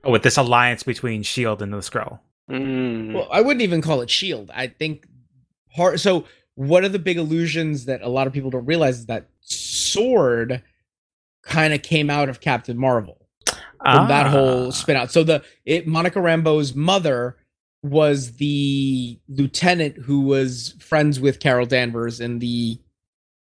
Oh, with this alliance between Shield E and the Skrull. Mm. Well, I wouldn't even call it shield. I think part. So one of the big illusions that a lot of people don't realize is that sword kind of came out of Captain Marvel from Ah. that whole spin out. So the it Monica Rambo's mother was the lieutenant who was friends with Carol Danvers in the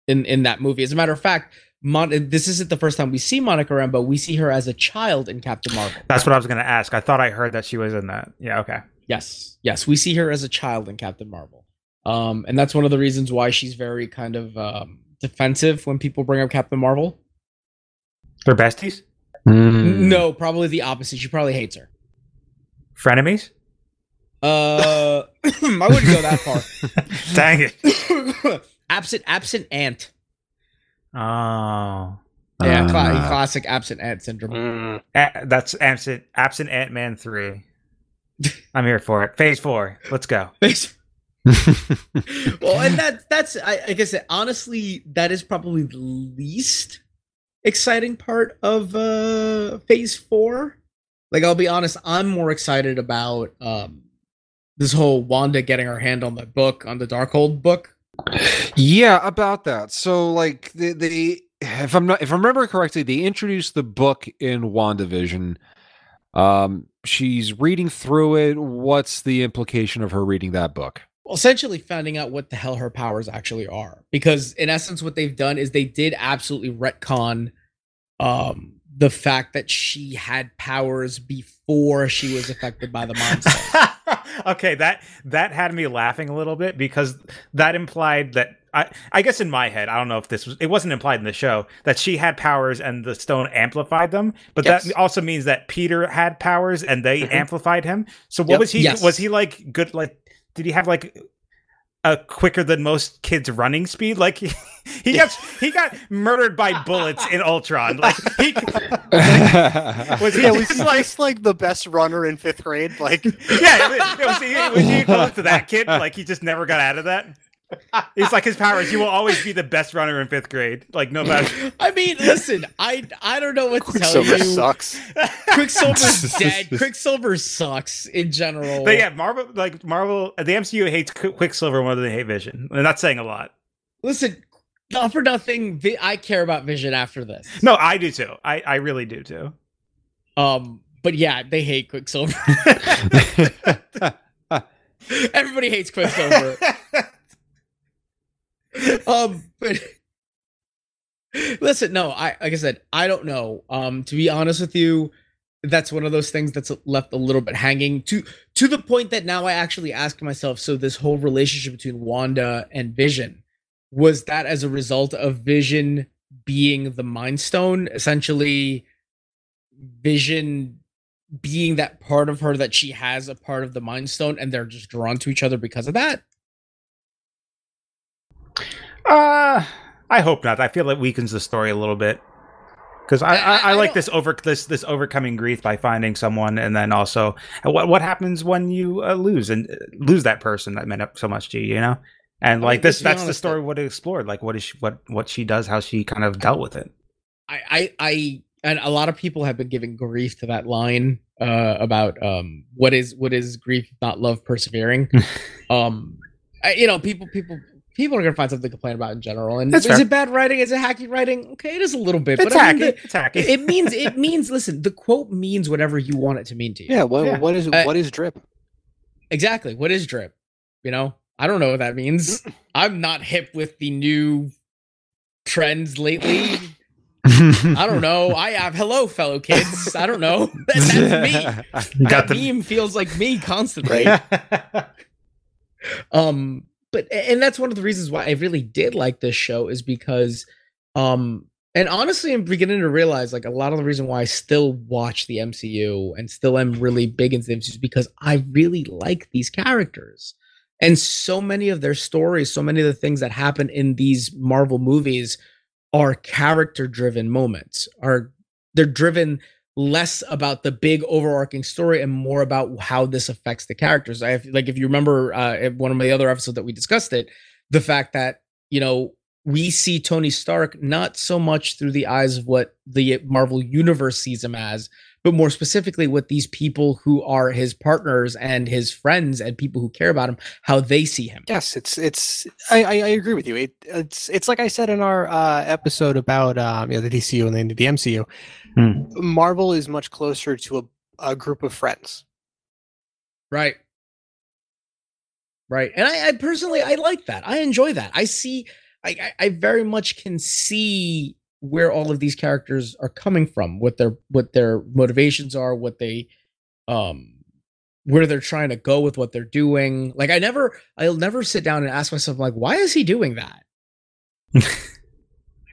in in that movie. As a matter of fact, Mon- this isn't the first time we see Monica Rambo. We see her as a child in Captain Marvel. That's what I was going to ask. I thought I heard that she was in that. Yeah, okay. Yes, yes, we see her as a child in Captain Marvel, um, and that's one of the reasons why she's very kind of um, defensive when people bring up Captain Marvel. They're besties? Mm. [LAUGHS] No, probably the opposite. She probably hates her. Frenemies? Uh, [COUGHS] I wouldn't go that far. [COUGHS] Dang it. absent, absent ant. Oh. Yeah, cla- Ah. classic absent ant syndrome. Mm. A- that's absent absent Ant Man [LAUGHS] three. I'm here for it. Phase four. Let's go. Uh. [LAUGHS] well, and that that's I, like I said, honestly, that is probably the least exciting part of uh phase four. Like I'll be honest, I'm more excited about um this whole Wanda getting her hand on the book, on the Darkhold book. Yeah, about that. So like the the if I'm not if I remember correctly, they introduced the book in WandaVision. Um she's reading through it. What's the implication of her reading that [LAUGHS] book? essentially finding out what the hell her powers actually are because in essence what they've done is they did absolutely retcon um the fact that she had powers before she was affected by the mindset [LAUGHS] okay, that that had me laughing a little bit because that implied that I I guess in my head, I don't know if this was it wasn't implied in the show that she had powers and the stone amplified them, but Yes. Mm-hmm. that also means that Peter had powers and they Mhm. amplified him. So what Yep. was he Yes. was he like good like did he have like a quicker than most kids running speed like [LAUGHS] he, [LAUGHS] he got he got murdered by bullets in Ultron like [LAUGHS] he was he Yeah, was just he like just like the best runner in fifth grade? [LAUGHS] Like, yeah, it was, it was he equivalent to that kid? Like he just never got out of that. It's like his powers. You will always be the best runner in fifth grade. Like [LAUGHS] no matter. i mean listen i i don't know what to tell Quicksilver you sucks. [LAUGHS] quicksilver's dead quicksilver sucks in general But yeah, Marvel like Marvel. The MCU hates Qu- Quicksilver more than they hate Vision, and that's saying a lot. listen not for nothing Vi- i care about vision after this No, I do too. I I really do too. um but yeah they hate quicksilver [LAUGHS] everybody hates quicksilver um but [LAUGHS] listen no i like i said i don't know um to be honest with you that's one of those things that's left a little bit hanging to to the point that now i actually ask myself so this whole relationship between wanda and vision was that as a result of vision being the mind stone essentially vision being that part of her that she has a part of the mind stone and they're just drawn to each other because of that Uh I hope not. I feel it weakens the story a little bit because I, I, I- I, I like don't- this over this this overcoming grief by finding someone, and then also and what what happens when you uh, lose and uh, lose that person that meant so much to you, you know. And I like mean, this, to be that's the honest, uh, story would have explored. Like what is she, what what she does, how she kind of dealt with it. I, I, I, and a lot of people have been giving grief to that line uh, about um, what is what is grief if not love [LAUGHS] persevering. um, I, you know, people, people, people are gonna find something to complain about in general. And That's is fair. it bad writing? Is it hacky writing? Okay, it is a little bit, It's but I mean, hacky. the- it's hacky. it, it means it means. Listen, the quote means whatever you want it to mean to you. Yeah, what, Yeah. what is Uh, what is drip? Exactly. What is drip? You know, I don't know what that means. Mm. I'm not hip with the new trends lately. I don't know. I have hello, fellow kids. I don't know. [LAUGHS] That, that's [LAUGHS] me. Got That the. meme feels like me constantly. Right. Um, but and that's one of the reasons why I really did like this show is because, um, and honestly, I'm beginning to realize like a lot of the reason why I still watch the MCU and still am really big into the MCU is because I really like these characters. And so many of their stories, so many of the things that happen in these Marvel movies are character driven moments, are they're driven less about the big overarching story and more about how this affects the characters. I have, like if you remember uh, in one of the other episodes that we discussed it, the fact that you know we see Tony Stark not so much through the eyes of what the Marvel universe sees him as, but more specifically what these people who are his partners and his friends and people who care about him how they see him. Yes, it's it's. I, I, I agree with you. It, it's it's like I said in our uh, episode about um, you know, the DCU and the, the MCU. Hmm. Marvel is much closer to a, a group of friends. Right. Right. And I, I personally I like that. I enjoy that. I see I, I I very much can see where all of these characters are coming from, what their what their motivations are, what they um where they're trying to go with what they're doing. Like I never I'll never sit down and ask myself like why is he doing that?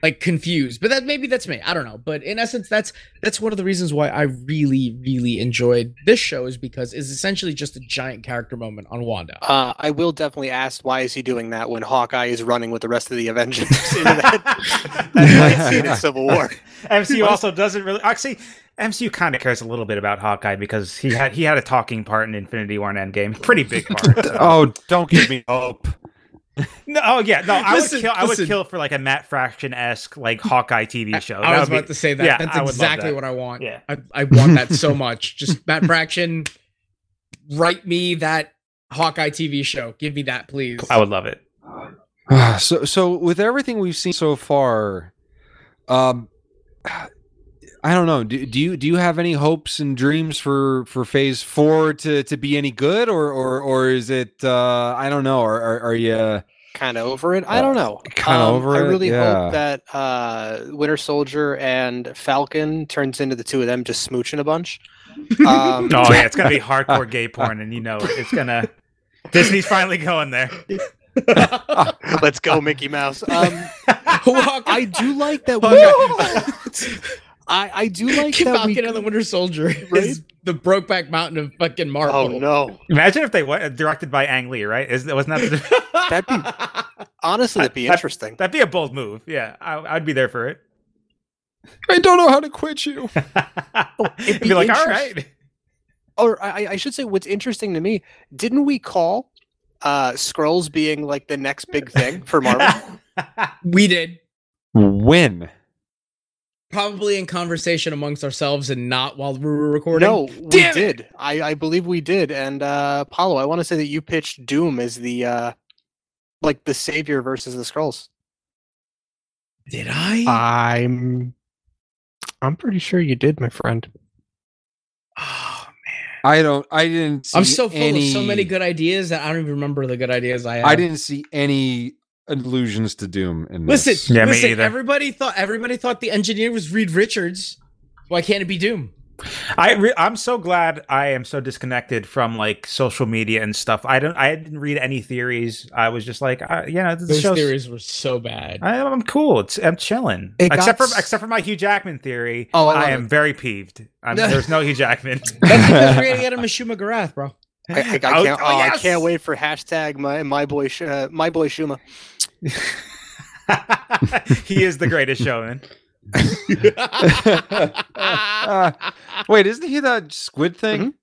like confused. But that maybe that's me. I don't know. But in essence, that's that's one of the reasons why I really, really enjoyed this show is because it's essentially just a giant character moment on Wanda. Uh, I will definitely ask why is he doing that when Hawkeye is running with the rest of the Avengers [LAUGHS] [LAUGHS] into that, that fight scene in Civil War. [LAUGHS] MCU also doesn't really uh, actually. MCU kind of cares a little bit about Hawkeye because he had he had a talking part in Infinity War and Endgame, pretty big part. [LAUGHS] so. [LAUGHS] Oh, don't give me hope. No, oh yeah, no, I Listen, would kill. I listen. would kill for like a Matt Fraction esque like Hawkeye TV show. I That was would about to be- say that. yeah, that's I would love exactly that. what I want. Yeah. I, I want that [LAUGHS] so much. Just Matt Fraction, write me that Hawkeye TV show. Give me that, please. [LAUGHS] I would love it. [SIGHS] so so with everything we've seen so far, um, I don't know. Do, do you do you have any hopes and dreams for for Phase Four to to be any good, or or or is it? Uh, I don't know. Are are, are you? Kind of over it. I don't know. Um, Kinda over I it, really yeah. hope that uh, Winter Soldier and Falcon turns into the two of them just smooching [LAUGHS] a bunch. Um, Oh yeah, it's gonna be hardcore gay porn, and you know it. [LAUGHS] it's gonna. Disney's finally going there. [LAUGHS] Let's go, Mickey Mouse. Um, I do [LAUGHS] like that. We, Hawkeye. [LAUGHS] I, I do like Keep that. We, Falcon and the Winter [LAUGHS] Soldier Right? is the Brokeback Mountain of fucking Marvel. oh no, Imagine if they were directed by Ang Lee, right? Is wasn't that [LAUGHS] the- that'd be [LAUGHS] honestly that'd be That- interesting. that'd be a bold move? Yeah, I, I'd be there for it. I don't know how to quit you. Oh, [LAUGHS] It'd be, be like, all interest- right. or I, I should say what's interesting to me didn't we call uh scrolls being like the next big thing for marvel [LAUGHS] We did. When? Probably in conversation amongst ourselves and not while we were recording. no we Damn it! did I, I believe we did and uh paulo i want to say that you pitched doom as the uh like the savior versus the scrolls Did I? Uh, i'm i'm pretty sure you did my friend Oh, I don't. I didn't. See I'm so full any, of so many good ideas that I don't even remember the good ideas I had. I didn't see any allusions to Doom in this. Listen, [LAUGHS] Yeah, me listen. either. Everybody thought everybody thought the engineer was Reed Richards. Why can't it be Doom? [LAUGHS] I re- I'm so glad I am so disconnected from like social media and stuff. I don't. I didn't read any theories. I was just like, I, you know, this Those show's. theories were so bad. I, I'm cool. It's I'm chilling. It got Except for s- except for my Hugh Jackman theory. Oh, I love I, am very peeved. [LAUGHS] I'm, there's no Hugh Jackman. [LAUGHS] That's because we're [LAUGHS] gonna get him a Shuma Garath, bro. [LAUGHS] i, I, I can't Oh, oh, oh, i yes! can't wait for hashtag my my boy Sh- uh, my boy shuma [LAUGHS] he is the [LAUGHS] greatest showman. Uh, wait, isn't he that squid thing?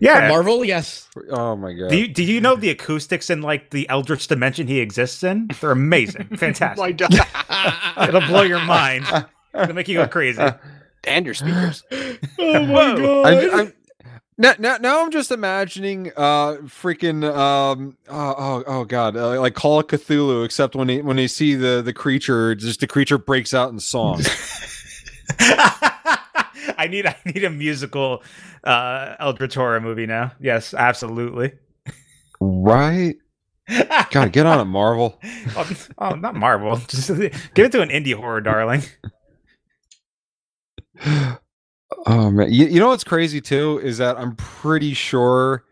Yeah. Marvel, yes. Oh my god! Do you do you know the acoustics in like the Eldritch dimension he exists in? They're [LAUGHS] amazing. Fantastic. [LAUGHS] my god It'll [LAUGHS] blow your mind. It'll make you go crazy. [LAUGHS] Uh, and your speakers Oh my Whoa. I'm, I'm, now, now, now I'm just imagining uh freaking um oh oh, oh god uh, like Call of Cthulhu except when he, when they see the the creature just the creature breaks out in song. I need I need a musical uh Eldritch horror movie now. Yes, absolutely. [LAUGHS] right? God, get on it, [LAUGHS] Marvel. oh, oh, not Marvel. [LAUGHS] Just give it to an indie horror, darling. Oh man, you, you know what's crazy too is that I'm pretty sure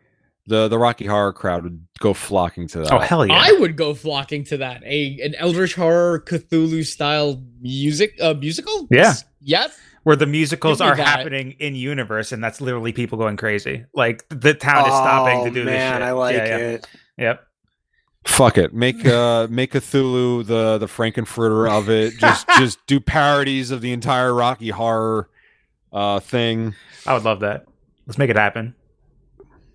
the the Rocky Horror crowd would go flocking to that. Oh hell yeah! I would go flocking to that. A an Eldritch horror Cthulhu style music uh musical? Yeah. Yes. Where the musicals Give me are that. happening in universe, and that's literally people going crazy. Like the town is stopping to do this Oh, man shit. i like Yeah, yeah. it Yep. Fuck it. Make uh make Cthulhu the the Frankenfurter of it. Just just do parodies of the entire Rocky Horror uh thing. I would love that. Let's make it happen.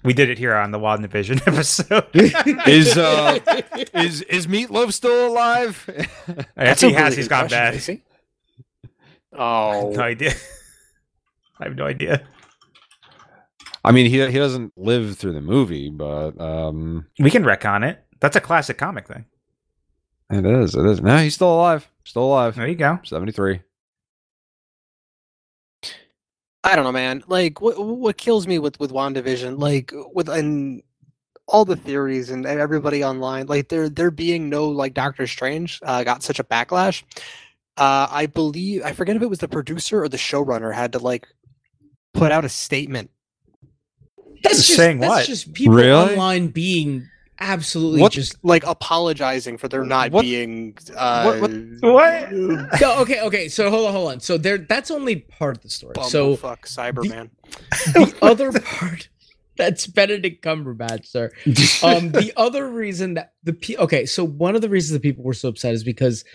We did it here on the Wild Division [LAUGHS] episode. Is uh is is Meatloaf still alive? [LAUGHS] If a he has, really he's good gone question, [LAUGHS] bad. Casey. No [LAUGHS] Oh, idea. I have no idea. I mean, he he doesn't live through the movie, but um We can wreck on it. That's a classic comic thing. it is. It is. No, he's still alive. Still alive. There you go. 73. I don't know, man. Like, what what kills me with with Wandavision, like with and all the theories and e-, everybody online, like there there being no like Doctor Strange uh, got such a backlash. Uh, I believe I forget if it was the producer or the showrunner had to like put out a statement. That's just Saying that's what? just people Really? online being absolutely What- just like apologizing for their not What- being. Uh, what- what- What? No, okay, okay. So hold on, hold on. So there, that's only part of the story. So fuck Cyberman. the other part, that's Benedict Cumberbatch, sir. um the other reason that the pe- okay so one of the reasons that people were so upset is because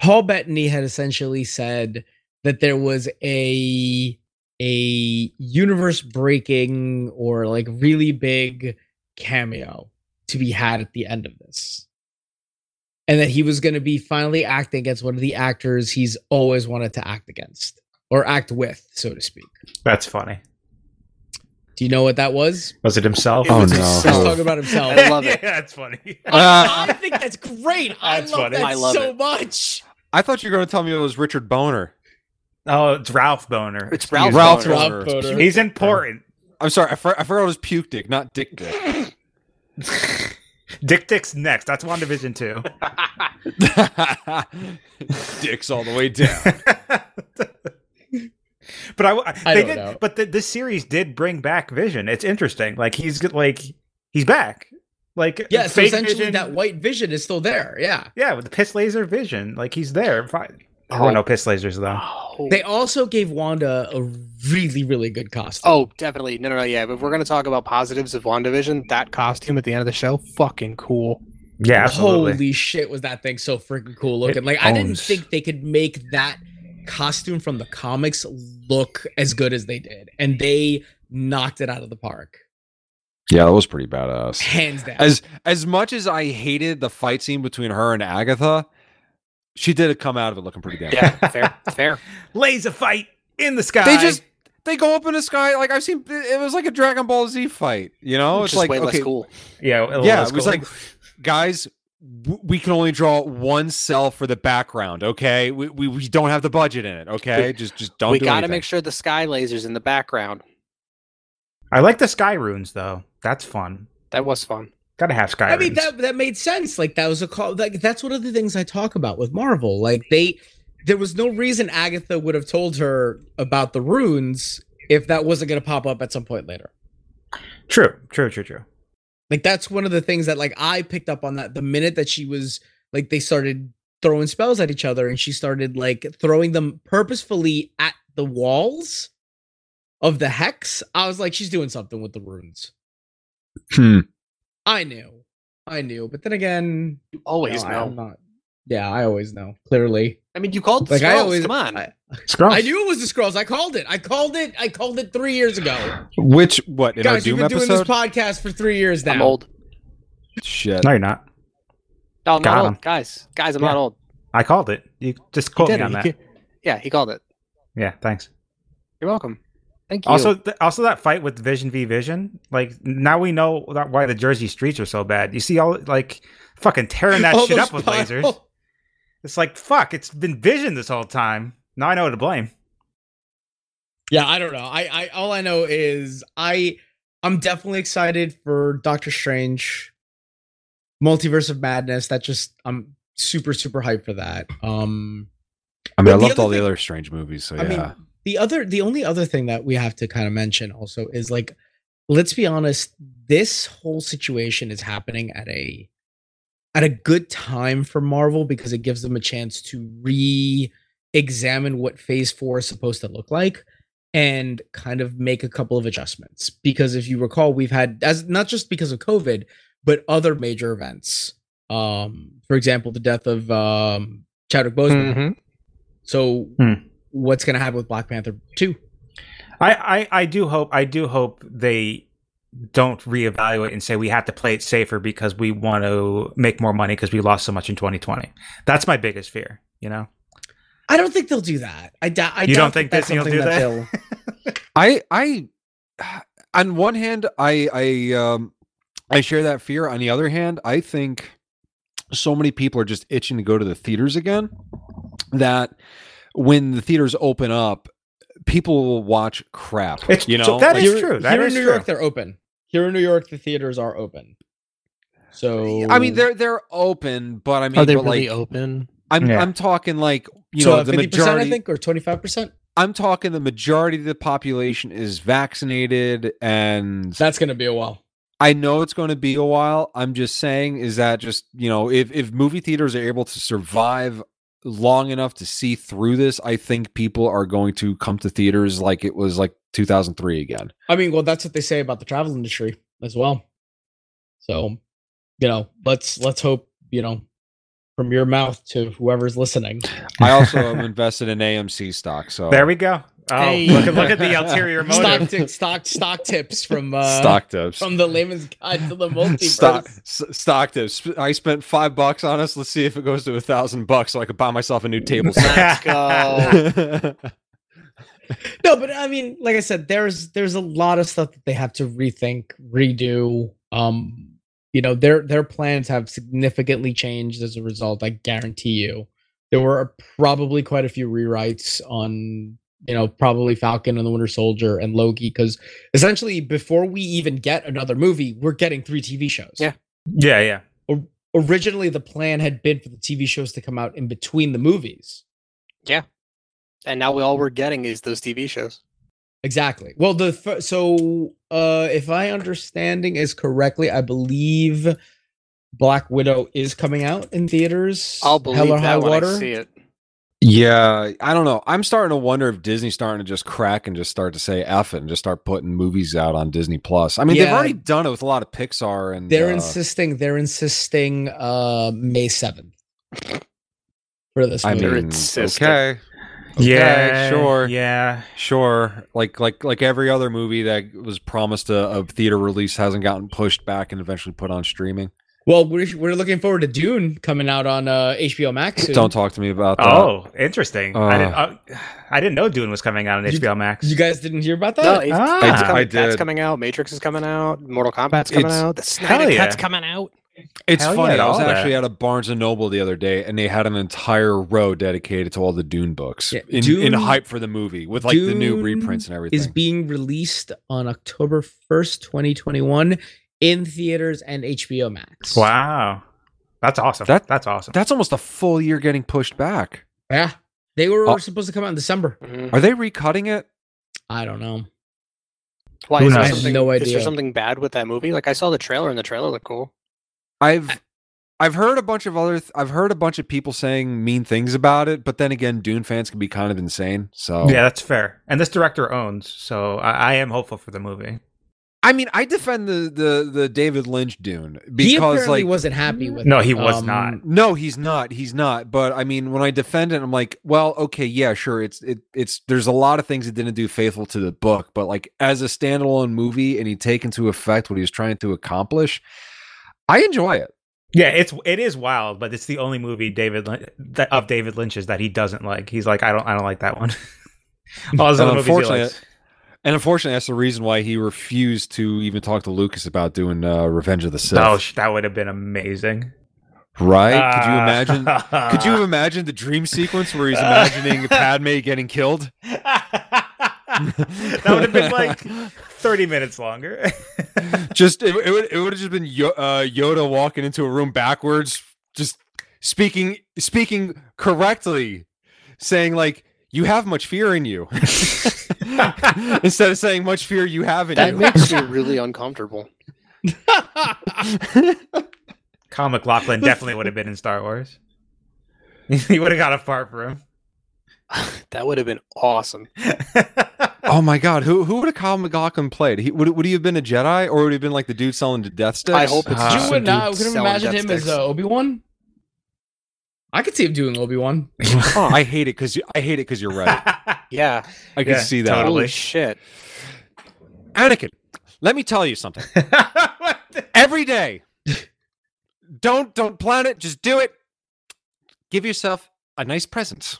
paul bettany had essentially said that there was a a universe breaking or like really big cameo to be had at the end of this and that he was going to be finally acting against one of the actors he's always wanted to act against or act with so to speak That's funny. do you know what that was Was it himself? Oh, It's no. just he's Oh. talking about himself [LAUGHS] I love it. Yeah, that's funny. Uh, I think that's great. I That's love funny. that I love so it. much. I thought you were going to tell me it was Richard Boner. oh, it's Ralph Boner. It's Ralph Ralph Boner. Boner. Boner. He's important. [LAUGHS] I'm sorry, I, for- I forgot it was puke dick, not dick dick. [LAUGHS] Dick Dick's next. That's WandaVision too. Dicks all the way down. [LAUGHS] But I, I- I they don't did, know. but th this series did bring back Vision. It's interesting. Like he's g- like he's back. Like Yeah, so fake essentially Vision- that white vision is still there. Yeah. Yeah, with the piss laser Vision. Like he's there. Fine. Oh, no piss lasers though. Oh. They also gave Wanda a really, really good costume. Oh, definitely. No, no, no. Yeah, but if we're gonna talk about positives of WandaVision, that costume at the end of the show, fucking cool. Yeah, absolutely. holy shit, was that thing so freaking cool looking. Like I didn't owns. think they could make that costume from the comics look as good as they did. And they knocked it out of the park. Yeah, that was pretty badass. Hands down. As as much as I hated the fight scene between her and Agatha, she did come out of it looking pretty damn. Yeah, [LAUGHS] fair, fair. laser fight in the sky. They just they go up in the sky like I've seen. It was like a Dragon Ball Z fight. You know, it's Just like way okay, less cool. yeah, a yeah, little it was skull. like guys. w- We can only draw one cell for the background, okay? We, we, we don't have the budget in it, okay? Just just don't. we do gotta anything. make sure the sky lasers in the background. I like the sky runes though. That's fun. That was fun. Gotta have sky I mean runes. that that made sense. Like that was a call. Like that's one of the things I talk about with Marvel. Like they, there was no reason Agatha would have told her about the runes if that wasn't going to pop up at some point later. True, true, true, true. Like that's one of the things that like I picked up on that the minute that she was like they started throwing spells at each other and she started like throwing them purposefully at the walls of the hex. I was like, she's doing something with the runes. Hmm. I knew, I knew, but then again, You always No, know. I'm not. Yeah, I always know. Clearly, I mean, you called the like I Skrulls, always. Come on. I, Scrum. I knew it was the scrolls. I called it. I called it. I called it three years ago. Which what in Guys, our we've Doom been doing this episode? podcast for three years now. I'm old. Shit. No, you're not. No, I'm Got not him. old. Guys, guys, I'm Yeah. not old. I called it. You just quote He me did it. on He that. ca- yeah, he called it. Yeah, thanks. You're welcome. Thank you. Also, th- also that fight with Vision v Vision. Like now we know that why the Jersey streets are so bad. You see all like fucking tearing [LAUGHS] that All shit those up with pile- lasers. It's like fuck. It's been Vision this whole time. Now I know who to blame. [LAUGHS] Yeah, I don't know. I, I all I know is I I'm definitely excited for Doctor Strange, Multiverse of Madness. That just I'm super super hyped for that. Um, I But mean, I the loved other all the thing- other strange movies. So I yeah. mean, the other, the only other thing that we have to kind of mention also is like, let's be honest, this whole situation is happening at a at a good time for Marvel because it gives them a chance to re-examine what Phase Four is supposed to look like and kind of make a couple of adjustments. Because if you recall, we've had as not just because of COVID, but other major events. Um, for example, the death of um, Chadwick Boseman. Mhm. So Hmm. what's going to happen with Black Panther 2? I, I I do hope I do hope they don't reevaluate and say we have to play it safer because we want to make more money because we lost so much in 2020. That's my biggest fear. You know. I don't think they'll do that. I doubt. I You don't doubt think that's Disney will something do [LAUGHS] that? I I [SIGHS] on one hand I I um I share that fear. On the other hand, I think so many people are just itching to go to the theaters again that when the theaters open up, people will watch crap. It's- you so know, that Like, is Here- true. That here is in New true. York, they're open. Here in New York, the theaters are open. So I mean they're they're open, but I mean Are Oh. they but, really like open? I'm Yeah. I'm talking like you so know the 50%, majority I think, or 25%. I'm talking the majority of the population is vaccinated and That's going to be a while. I know it's going to be a while. I'm just saying is that just, you know, if if movie theaters are able to survive long enough to see through this, I think people are going to come to theaters like it was like 2003 again. I mean, well, that's what they say about the travel industry as well. So, you know, let's let's hope you know from your mouth to whoever's listening. I also [LAUGHS] am invested in AMC stock, so There we go. Oh, Hey. look, at- look at the [LAUGHS] ulterior Stock, motive. t- stock stock tips from uh, stock tips. [LAUGHS] from the layman's guide [LAUGHS] to the multiverse. Stock, s- stock tips. Sp- I spent five bucks on us. Let's see if it goes to a thousand bucks, so I could buy myself a new table. [LAUGHS] [LAUGHS] set. Let's go. Oh. [LAUGHS] No, but I mean, like I said, there's there's a lot of stuff that they have to rethink, redo. Um, you know, their their plans have significantly changed as a result. I guarantee you, there were probably quite a few rewrites on you know probably Falcon and the Winter Soldier and Loki because essentially before we even get another movie, we're getting three TV shows. Yeah. yeah, yeah. Originally, the plan had been for the TV shows to come out in between the movies. and now we all we're getting is those TV shows. Exactly. Well, the f- so uh if I understanding is correctly, I believe Black Widow is coming out in theaters. I'll believe Hell or High that when Water. I see it. yeah, I don't know. I'm starting to wonder if Disney's starting to just crack and just start to say "f" it and just start putting movies out on Disney Plus. I mean, they've Yeah. already done it with a lot of Pixar and They're uh, insisting. They're insisting. Uh, May seventh for this I movie. They're mean, insistent. okay, yeah, sure. Yeah. sure. Like like like every other movie that was promised a, a theater release hasn't gotten pushed back and eventually put on streaming. well, we're we're looking forward to Dune coming out on uh HBO Max. Soon. Don't talk to me about that. Oh, interesting. I Uh, didn't. Uh, I didn't know Dune was coming out on You- HBO Max. You guys didn't hear about that? No, it's, Ah. that's, I coming, that's did. coming out. Matrix is coming out. Mortal Kombat's coming It's- out. The Hell Snyder yeah. Cut's coming out. It's Hell yeah, funny. I was all that. actually at a Barnes and Noble the other day, and they had an entire row dedicated to all the Dune books Yeah, in, in Dune- hype for the movie with like the new Dune reprints and everything. is being released on October first, twenty twenty one, in theaters and HBO Max. wow, that's awesome. That- that's awesome. That's almost a full year getting pushed back. Yeah. They were Oh. supposed to come out in December. Mhm. Are they recutting it? I don't know. Why Who is there knows? I have something- no Is there idea. something bad with that movie? Like I saw the trailer, and the trailer looked cool. I've I've heard a bunch of other th- I've heard a bunch of people saying mean things about it, but then again, Dune fans can be kind of insane. Oh. So Yeah, that's fair. And this director owns, so I, I am hopeful for the movie. I mean, I defend the the the David Lynch Dune he because apparently like wasn't happy with No, it. Um, he [LAUGHS] was not. No, he's not. He's not. But I mean, when I defend it, I'm like, well, okay, yeah, sure. It's it, it's there's a lot of things that didn't do faithful to the book, but like as a standalone movie, and he take into effect what he was trying to accomplish. I enjoy it. Yeah, it's it is wild, but it's the only movie David Lin- that, of David Lynch's that he doesn't like. He's like, I don't, I don't like that one. [LAUGHS] All his And other movies he unfortunately, likes. And unfortunately, that's the reason why he refused to even talk to Lucas about doing uh, Revenge of the Sith. Oh, sh- that would have been amazing. right? Could you Ah. [LAUGHS] imagine? Could you imagine the dream sequence where he's [LAUGHS] imagining Padme getting killed? that would have been like thirty minutes longer. [LAUGHS] [LAUGHS] just it, it would it would have just been Yo- uh, Yoda walking into a room backwards, just speaking speaking correctly, saying like you have much fear in [LAUGHS] you, [LAUGHS] instead of saying much fear you have in That you. makes [LAUGHS] me really uncomfortable. Kyle McLaughlin definitely would have been in Star Wars. [LAUGHS] he would have got a part for him. [LAUGHS] that would have been awesome. oh my god, who who would have Kyle McLaughlin played? He, would would he have been a Jedi or would he have been like the dude selling the death sticks? I hope it's Ah. just you would some not. I Uh, dude couldn't selling imagine death him as sticks. uh, Obi Wan. I could see him doing Obi Wan. [SIGHS] I hate it because I hate it because you're right. yeah. I can Yeah, see that. totally. Holy shit. Anakin, let me tell you something. every day. don't don't plan it. Just do it. Give yourself a nice present.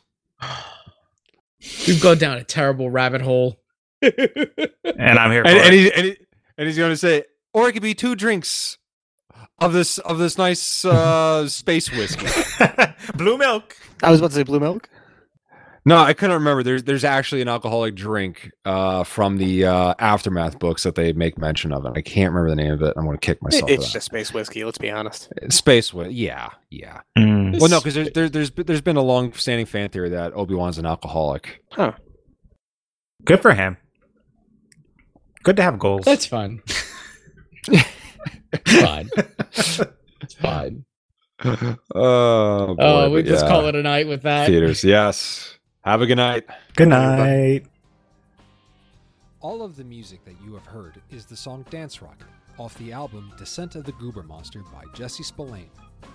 We've gone down a terrible rabbit hole. [LAUGHS] and I'm here for And, it. and, he, and, he, and he's going to say, or it could be two drinks of this of this nice [LAUGHS] uh, space whiskey. [LAUGHS] Blue milk. I was about to say blue milk. No, I couldn't remember. There's there's actually an alcoholic drink uh, from the uh, aftermath books that they make mention of, and I can't remember the name of it. I'm going to kick myself. It's for just space whiskey. Let's be honest. that. space whiskey. Yeah, yeah. Hmm. Well, no, because there's there, there's there's been a long-standing fan theory that Obi Wan's an alcoholic. [LAUGHS] Good for him. Good to have goals. That's fun. fine. It's fine. Oh, boy, Oh, we but just yeah. call it a night with that. theaters. Yes. Have a good night. Good night. All of the music that you have heard is the song Dance Rocket off the album Descent of the Goober Monster by Jesse Spillane.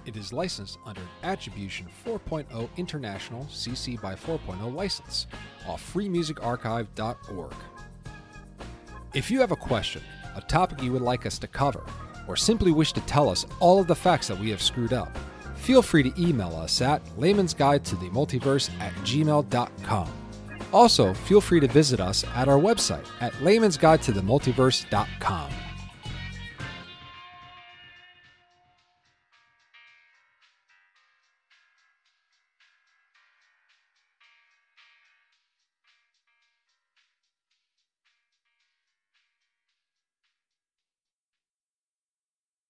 It is licensed under an Attribution 4.0 International CC by 4.0 license off freemusicarchive.org. If you have a question, a topic you would like us to cover, or simply wish to tell us all of the facts that we have screwed up, feel free to email us at layman's guide to the multiverse at gmail.com. Also, feel free to visit us at our website at layman's guide to the multiverse.com.